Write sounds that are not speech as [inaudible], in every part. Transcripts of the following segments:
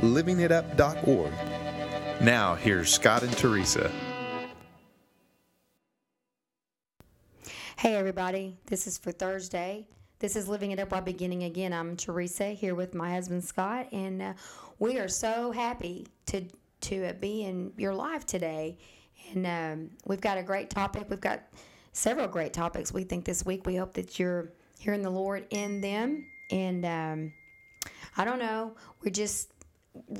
livingitup.org. Now, here's Scott and Teresa. Hey, everybody. This is for Thursday. This is Living It Up While Beginning Again. I'm Teresa here with my husband Scott, and uh, we are so happy to to uh, be in your life today. And um, we've got a great topic. We've got several great topics we think this week. We hope that you're hearing the Lord in them. And um, I don't know. We're just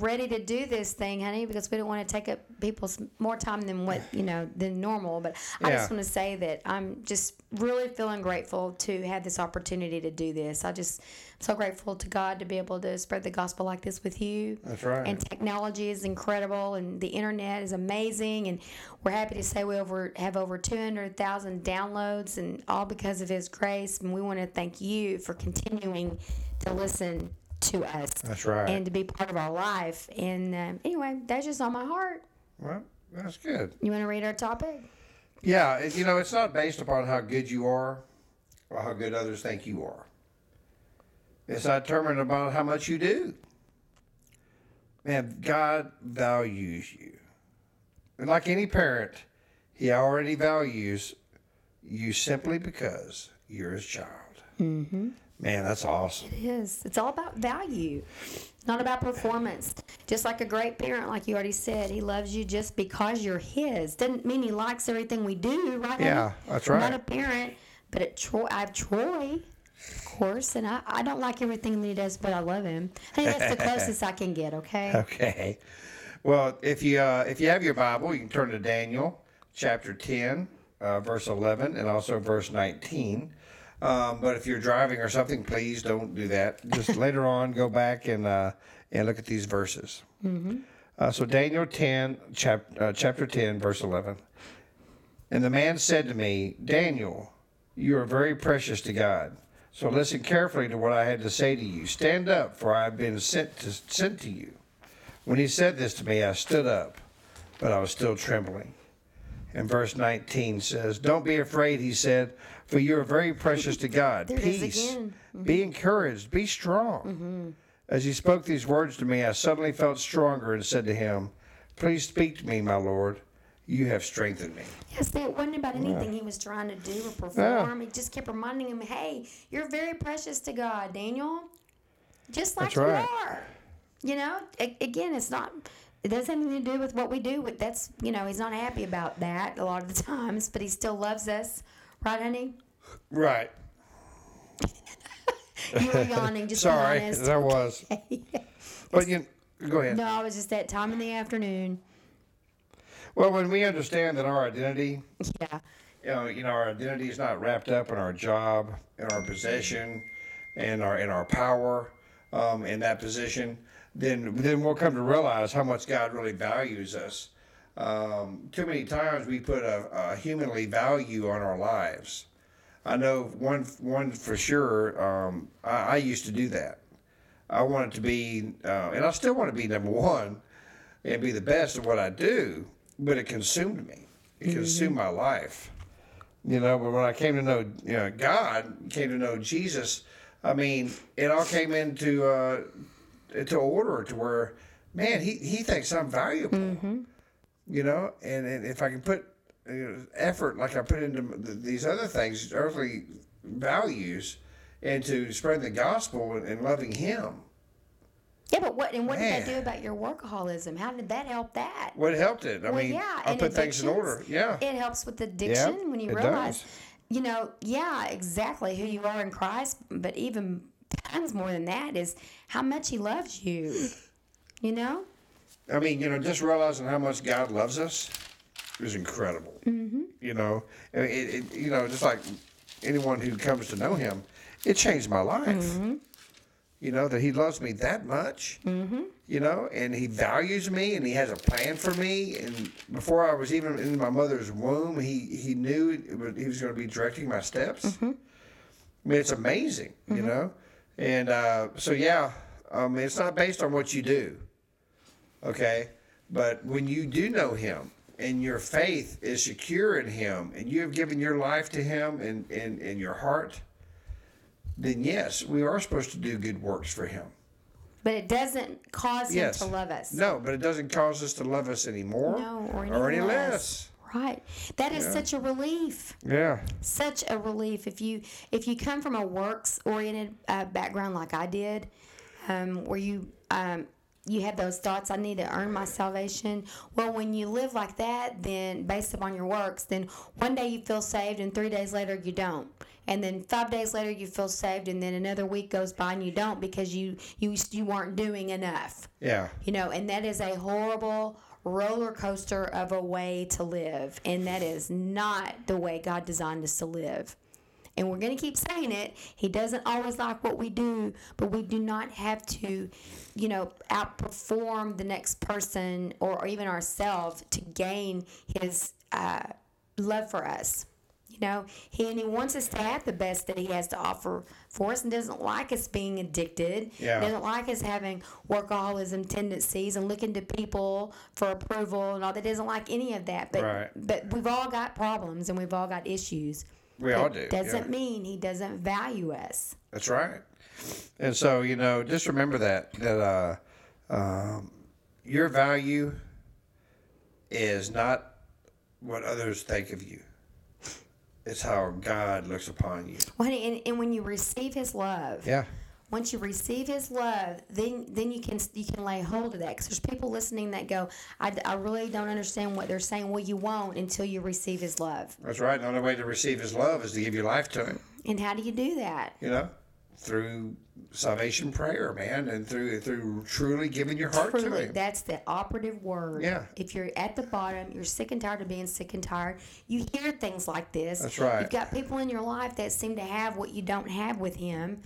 ready to do this thing, honey, because we don't want to take up people's more time than what you know than normal. But I Yeah. just want to say that I'm just really feeling grateful to have this opportunity to do this. I just I'm so grateful to God to be able to spread the gospel like this with you. That's right. And technology is incredible, and the internet is amazing, and we're happy to say we over have over two hundred thousand downloads, and all because of His grace. And we want to thank you for continuing to listen to us That's right. and to be part of our life. And um, anyway, that's just on my heart. Well, that's good. You want to read our topic? Yeah, it, you know, it's not based upon how good you are or how good others think you are. It's not determined about how much you do. Man, God values you. And like any parent, He already values you simply because you're His child. Mm-hmm. Man, that's awesome. It is. It's all about value, not about performance. Just like a great parent, like you already said, he loves you just because you're his. Doesn't mean he likes everything we do, right? honey? Yeah, that's I'm right. Not a parent, but at Troy, I have Troy, of course, and I, I don't like everything that he does, but I love him. Hey, that's [laughs] the closest I can get. Okay. Okay. Well, if you uh, if you have your Bible, you can turn to Daniel chapter ten, uh, verse eleven, and also verse nineteen. Um, but if you're driving or something, please don't do that. Just later on, go back and uh, and look at these verses. Uh, so Daniel ten chap, uh, chapter ten verse eleven. And the man said to me, Daniel, you are very precious to God. So listen carefully to what I had to say to you. Stand up, for I have been sent to, sent to you. When he said this to me, I stood up, but I was still trembling. And verse 19 says, Don't be afraid, he said, for you are very precious to God. There it is Peace. again. Mm-hmm. Be encouraged. Be strong. As he spoke these words to me, I suddenly felt stronger and said to him, Please speak to me, my Lord. You have strengthened me. Yes, it wasn't about anything he was trying to do or perform. He just kept reminding him, "Hey, you're very precious to God, Daniel, just like That's you right. are." You know, A- again, it's not. It doesn't have anything to do with what we do. With that's you know, he's not happy about that a lot of the times, but he still loves us, right, honey? Right. You were yawning, just Sorry, be honest. there was. But you go ahead. No, I was just that time in the afternoon. Well, when we understand that our identity, Yeah, you know, you know, our identity is not wrapped up in our job, in our possession, and our in our power, um, in that position, then then we'll come to realize how much God really values us. Um, too many times we put a, a humanly value on our lives. I know one one for sure. Um, I, I used to do that. I wanted to be, uh, and I still want to be number one and be the best at what I do, but it consumed me. It consumed my life. You know, but when I came to know you know, God, came to know Jesus, I mean, it all came into uh, into order to where, man, he, he thinks I'm valuable. Mm-hmm. You know, and, and if I can put you know, effort like I put into th- these other things, earthly values, into spreading the gospel and, and loving Him, yeah, but what and what did that Man. do about your workaholism? How did that help that? what helped it? I Well, mean, yeah, I and put things in addictions, order. Yeah. It helps with addiction when you it realize, does. you know, yeah, exactly who you are in Christ, but even times more than that is how much He loves you. You know, I mean, you know, just realizing how much God loves us is incredible. Mm-hmm. You know, and it, it, you know, just like anyone who comes to know Him, it changed my life. You know that He loves me that much. Mm-hmm. you know, and He values me, and He has a plan for me. And before I was even in my mother's womb, He He knew it was- He was going to be directing my steps. I mean, it's amazing, you know. And uh, so, yeah, um, it's not based on what you do, okay. But when you do know Him and your faith is secure in Him, and you have given your life to Him and and, and your heart, then yes, we are supposed to do good works for Him. But it doesn't cause him Yes, to love us. No, but it doesn't cause us to love us anymore No, or any, any less. Right. That is such a relief. Yeah. Such a relief if you if you come from a works oriented uh, background like I did, um, where you um, you have those thoughts I need to earn my salvation. Well, when you live like that, then based upon your works, then one day you feel saved and three days later you don't. And then five days later you feel saved, and then another week goes by and you don't because you you you weren't doing enough Yeah. you know and that is a horrible roller coaster of a way to live and that is not the way god designed us to live and we're going to keep saying it he doesn't always like what we do but we do not have to you know outperform the next person or, or even ourselves to gain his uh, love for us you know he and he wants us to have the best that he has to offer for us and doesn't like us being addicted Yeah. doesn't like us having workaholism tendencies and looking to people for approval and all that doesn't like any of that but Right. but we've all got problems and we've all got issues We all do. yeah. doesn't mean he doesn't value us That's right. And so, you know, just remember that that uh, um, your value is not what others think of you. It's how God looks upon you. Well, honey, and, and when you receive his love Yeah. once you receive his love then then you can you can lay hold of that because there's people listening that go I, I really don't understand what they're saying well you won't until you receive his love That's right. And the only way to receive his love is to give your life to him, and how do you do that you know? Through salvation prayer, man, and through through truly giving your heart to Truly, him. that's the operative word. Yeah. If you're at the bottom, you're sick and tired of being sick and tired. You hear things like this. That's right. You've got people in your life that seem to have what you don't have with him.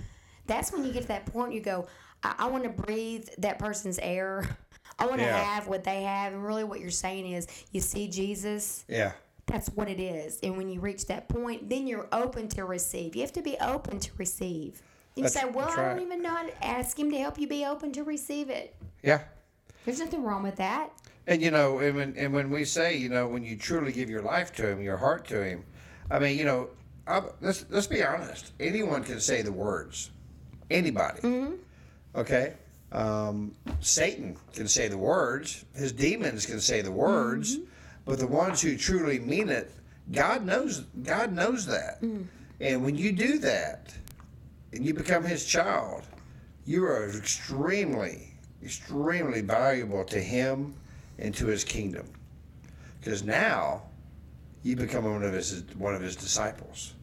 That's when you get to that point. You go, I, I want to breathe that person's air. [laughs] I want to Yeah. have what they have. And really, what you're saying is, you see Jesus. Yeah. That's what it is. And when you reach that point, then you're open to receive. You have to be open to receive. You That's- say, Well, that's I right. don't even know how to ask him to help you be open to receive it. Yeah. There's nothing wrong with that. And you know, and when and when we say, you know, when you truly give your life to Him, your heart to Him, I mean, you know, i let's let's be honest. Anyone can say the words. Anybody. Okay. Um, Satan can say the words. His demons can say the words. But the ones who truly mean it, God knows. God knows that. And when you do that, and you become His child, you are extremely, extremely valuable to Him and to His kingdom. Because now, you become one of His one of His disciples.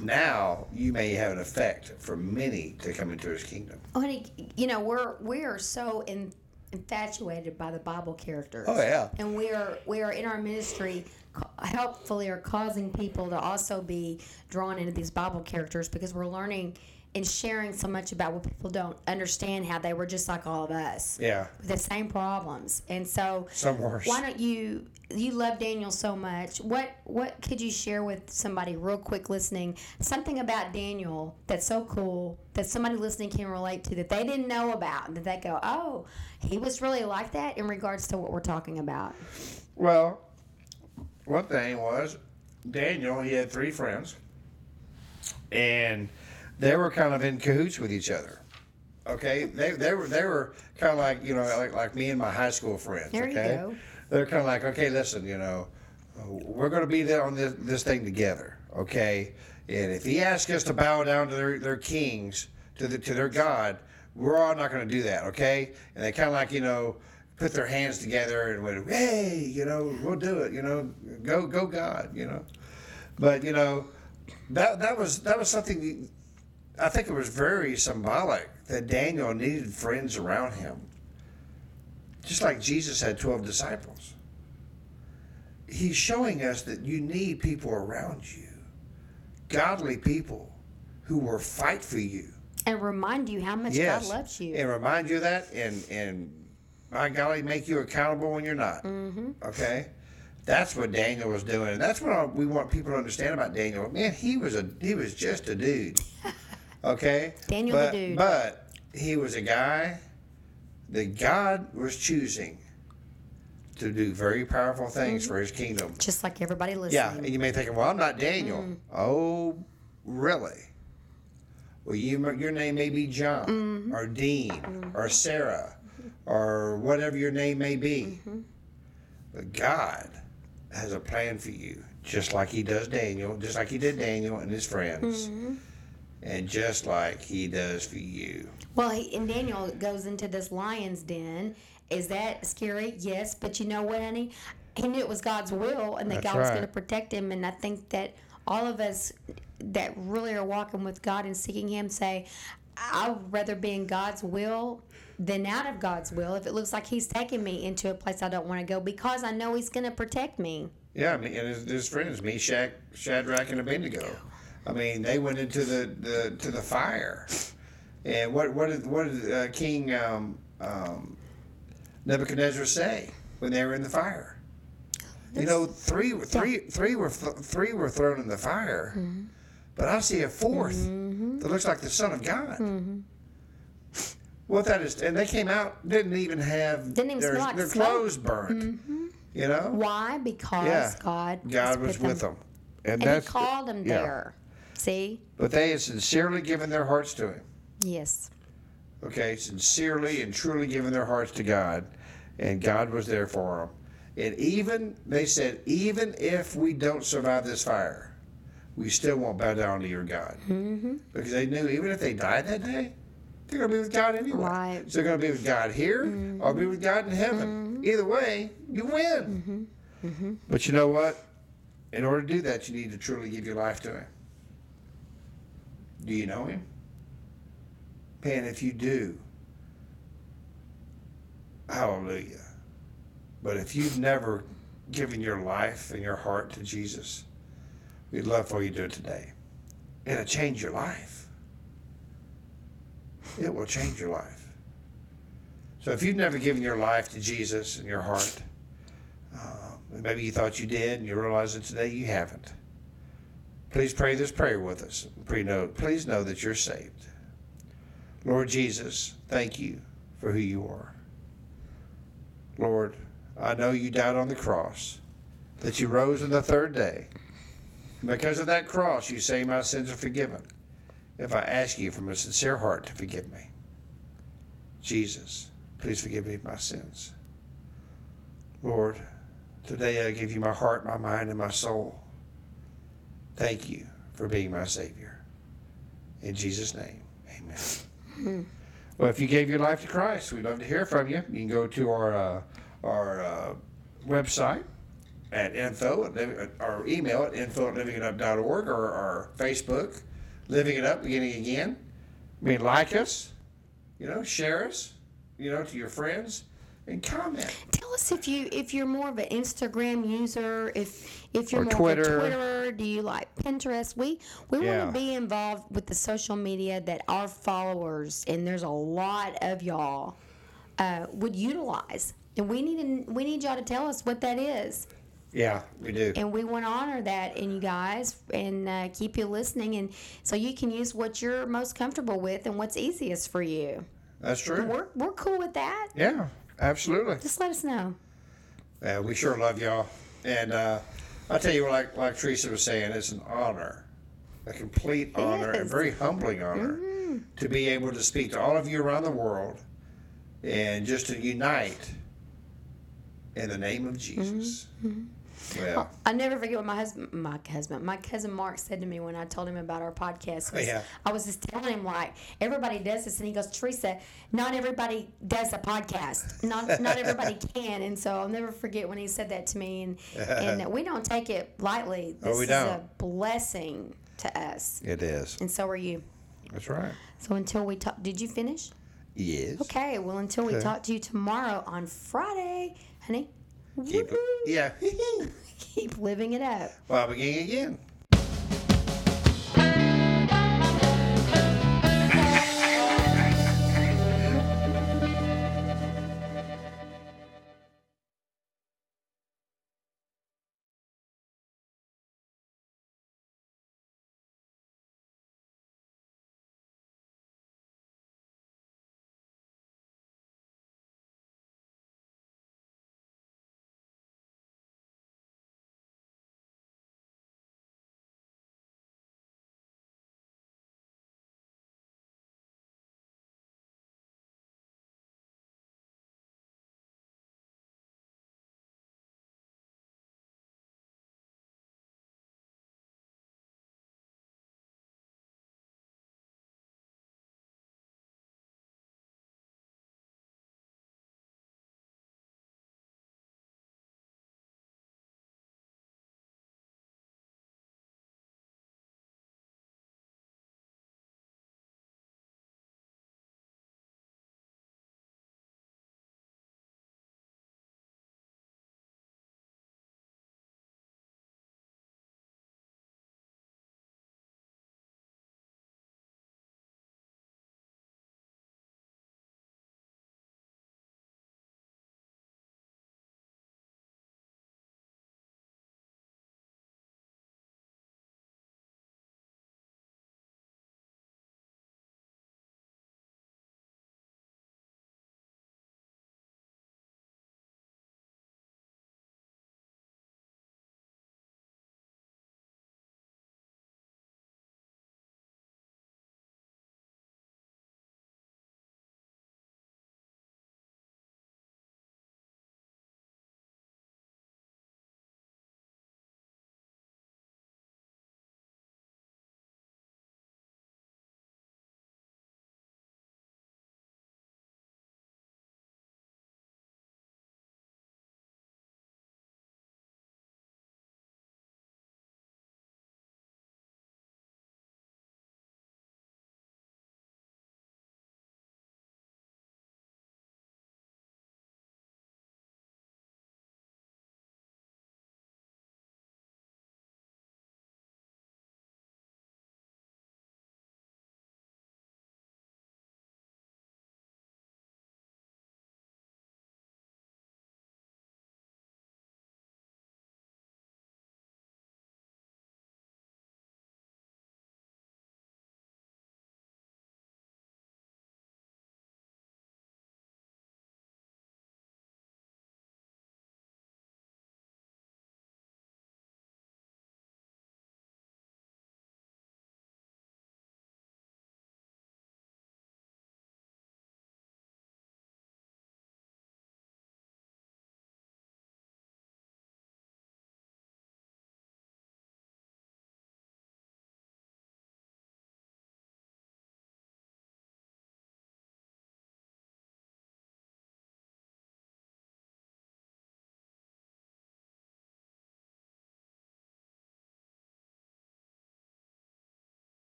Now you may have an effect for many to come into His kingdom. Oh, honey, you know we're we are so in, infatuated by the Bible characters. Oh, yeah. And we are we are in our ministry, ca- helpfully are causing people to also be drawn into these Bible characters because we're learning and sharing so much about what people don't understand how they were just like all of us Yeah, with the same problems. And so some worse. why don't you you love Daniel so much. What what could you share with somebody real quick listening? Something about Daniel that's so cool that somebody listening can relate to that they didn't know about that they go, "Oh, he was really like that in regards to what we're talking about." Well, one thing was Daniel. He had three friends, and they were kind of in cahoots with each other. Okay, they, they were they were kind of like you know like like me and my high school friends. There you okay? go. They're kind of like okay, listen, you know, we're going to be there on this this thing together. Okay, and if he asks us to bow down to their, their kings to the, to their god, we're all not going to do that. Okay, and they kind of like you know put their hands together and went hey you know we'll do it you know go go God you know but you know that that was that was something I think it was very symbolic that Daniel needed friends around him. Just like Jesus had 12 disciples. He's showing us that you need people around you, godly people who will fight for you. and remind you how much Yes. God loves you. And remind you of that and and by golly, make you accountable when you're not. Mm-hmm. Okay? That's what Daniel was doing. And that's what I- we want people to understand about Daniel. Man, he was a he was just [laughs] a dude. Okay? Daniel the but, dude. But he was a guy that God was choosing to do very powerful things Mm-hmm. for his kingdom. Just like everybody Yeah, listening. and you may think, well, I'm not Daniel. Oh, really? Well, you, your name may be John or Dean or Sarah or whatever your name may be. But God has a plan for you, just like He does Daniel, just like He did Daniel and his friends, and just like He does for you. Well, he, and Daniel goes into this lion's den. Is that scary? Yes, but you know what, honey? He knew it was God's will and that That's God was right. going to protect him. And I think that all of us that really are walking with God and seeking Him say, I would rather be in God's will than out of God's will if it looks like He's taking me into a place I don't want to go because I know He's going to protect me. Yeah, I mean, and his, his friends, Meshach, Shadrach, and Abednego. I mean, they went into the, the to the fire. And what what did what did uh, King um, um, Nebuchadnezzar say when they were in the fire? You know, three were- three three were th- three were thrown in the fire, Mm-hmm. but I see a 4th that looks like the Son of God. Mm-hmm. Well, that is, and they came out didn't even have Didn't even their, smell like their smoke. Mm-hmm. clothes burnt. You know, Why? Because Yeah. God, God was with them. And He called him yeah. there. See? But they had sincerely given their hearts to him. Yes. Okay, sincerely and truly given their hearts to God, and God was there for them. And even they said, even if we don't survive this fire, we still won't bow down to your God, mm-hmm. because they knew even if they died that day, they're gonna be with God anyway. Right. So they're gonna be with God here or be with God in heaven. Either way, you win. Mm-hmm. But you know what? In order to do that, you need to truly give your life to Him. Do you know Him? And if you do, hallelujah. But if you've never given your life and your heart to Jesus, we'd love for you to do it today. It'll change your life. It will change your life. So if you've never given your life to Jesus and your heart, um, and maybe you thought you did and you realize that today you haven't, please pray this prayer with us. Pre- know- Please know that you're saved. Lord Jesus, thank you for who you are. Lord, I know you died on the cross, that you rose on the third day. Because of that cross, you say my sins are forgiven if I ask you from a sincere heart to forgive me. Jesus, please forgive me of my sins. Lord, today I give you my heart, my mind, and my soul. Thank you for being my Savior. In Jesus' name, amen. Well, if you gave your life to Christ, we'd love to hear from you. You can go to our uh, our uh, website at info at liv- or email at info at livingitup.org or our Facebook, Living It Up Beginning Again. I mean, like us, you know, share us, you know, to your friends, and comment. Tell us if you if you're more of an Instagram user, if if you're Or more Twitter. of a Twitterer, do you like Pinterest? We we Yeah. want to be involved with the social media that our followers and there's a lot of y'all uh, would utilize, and we need to, we need y'all to tell us what that is, Yeah, we do. and we want to honor that in you guys and uh, keep you listening, and so you can use what you're most comfortable with and what's easiest for you. That's true. We're we're cool with that. Yeah, absolutely. Just let us know. Yeah, we sure love y'all. And uh, I'll tell you, what, like like Teresa was saying, it's an honor, a complete honor, and is. very humbling honor to be able to speak to all of you around the world and just to unite in the name of Jesus. Well, I never forget what my husband, my husband, my cousin Mark said to me when I told him about our podcast. was- Yeah. I was just telling him like everybody does this, and he goes, Teresa, not everybody does a podcast. Not not [laughs] everybody can, and so I'll never forget when he said that to me, and and [laughs] that we don't take it lightly. This Oh, we is a don't. blessing to us, it is. and so are you. That's right. So until we talk, did you finish? Yes. Okay. Well, until we Okay. talk to you tomorrow on Friday, honey, Keep it. Yeah. [laughs] keep living it up. well, beginning again.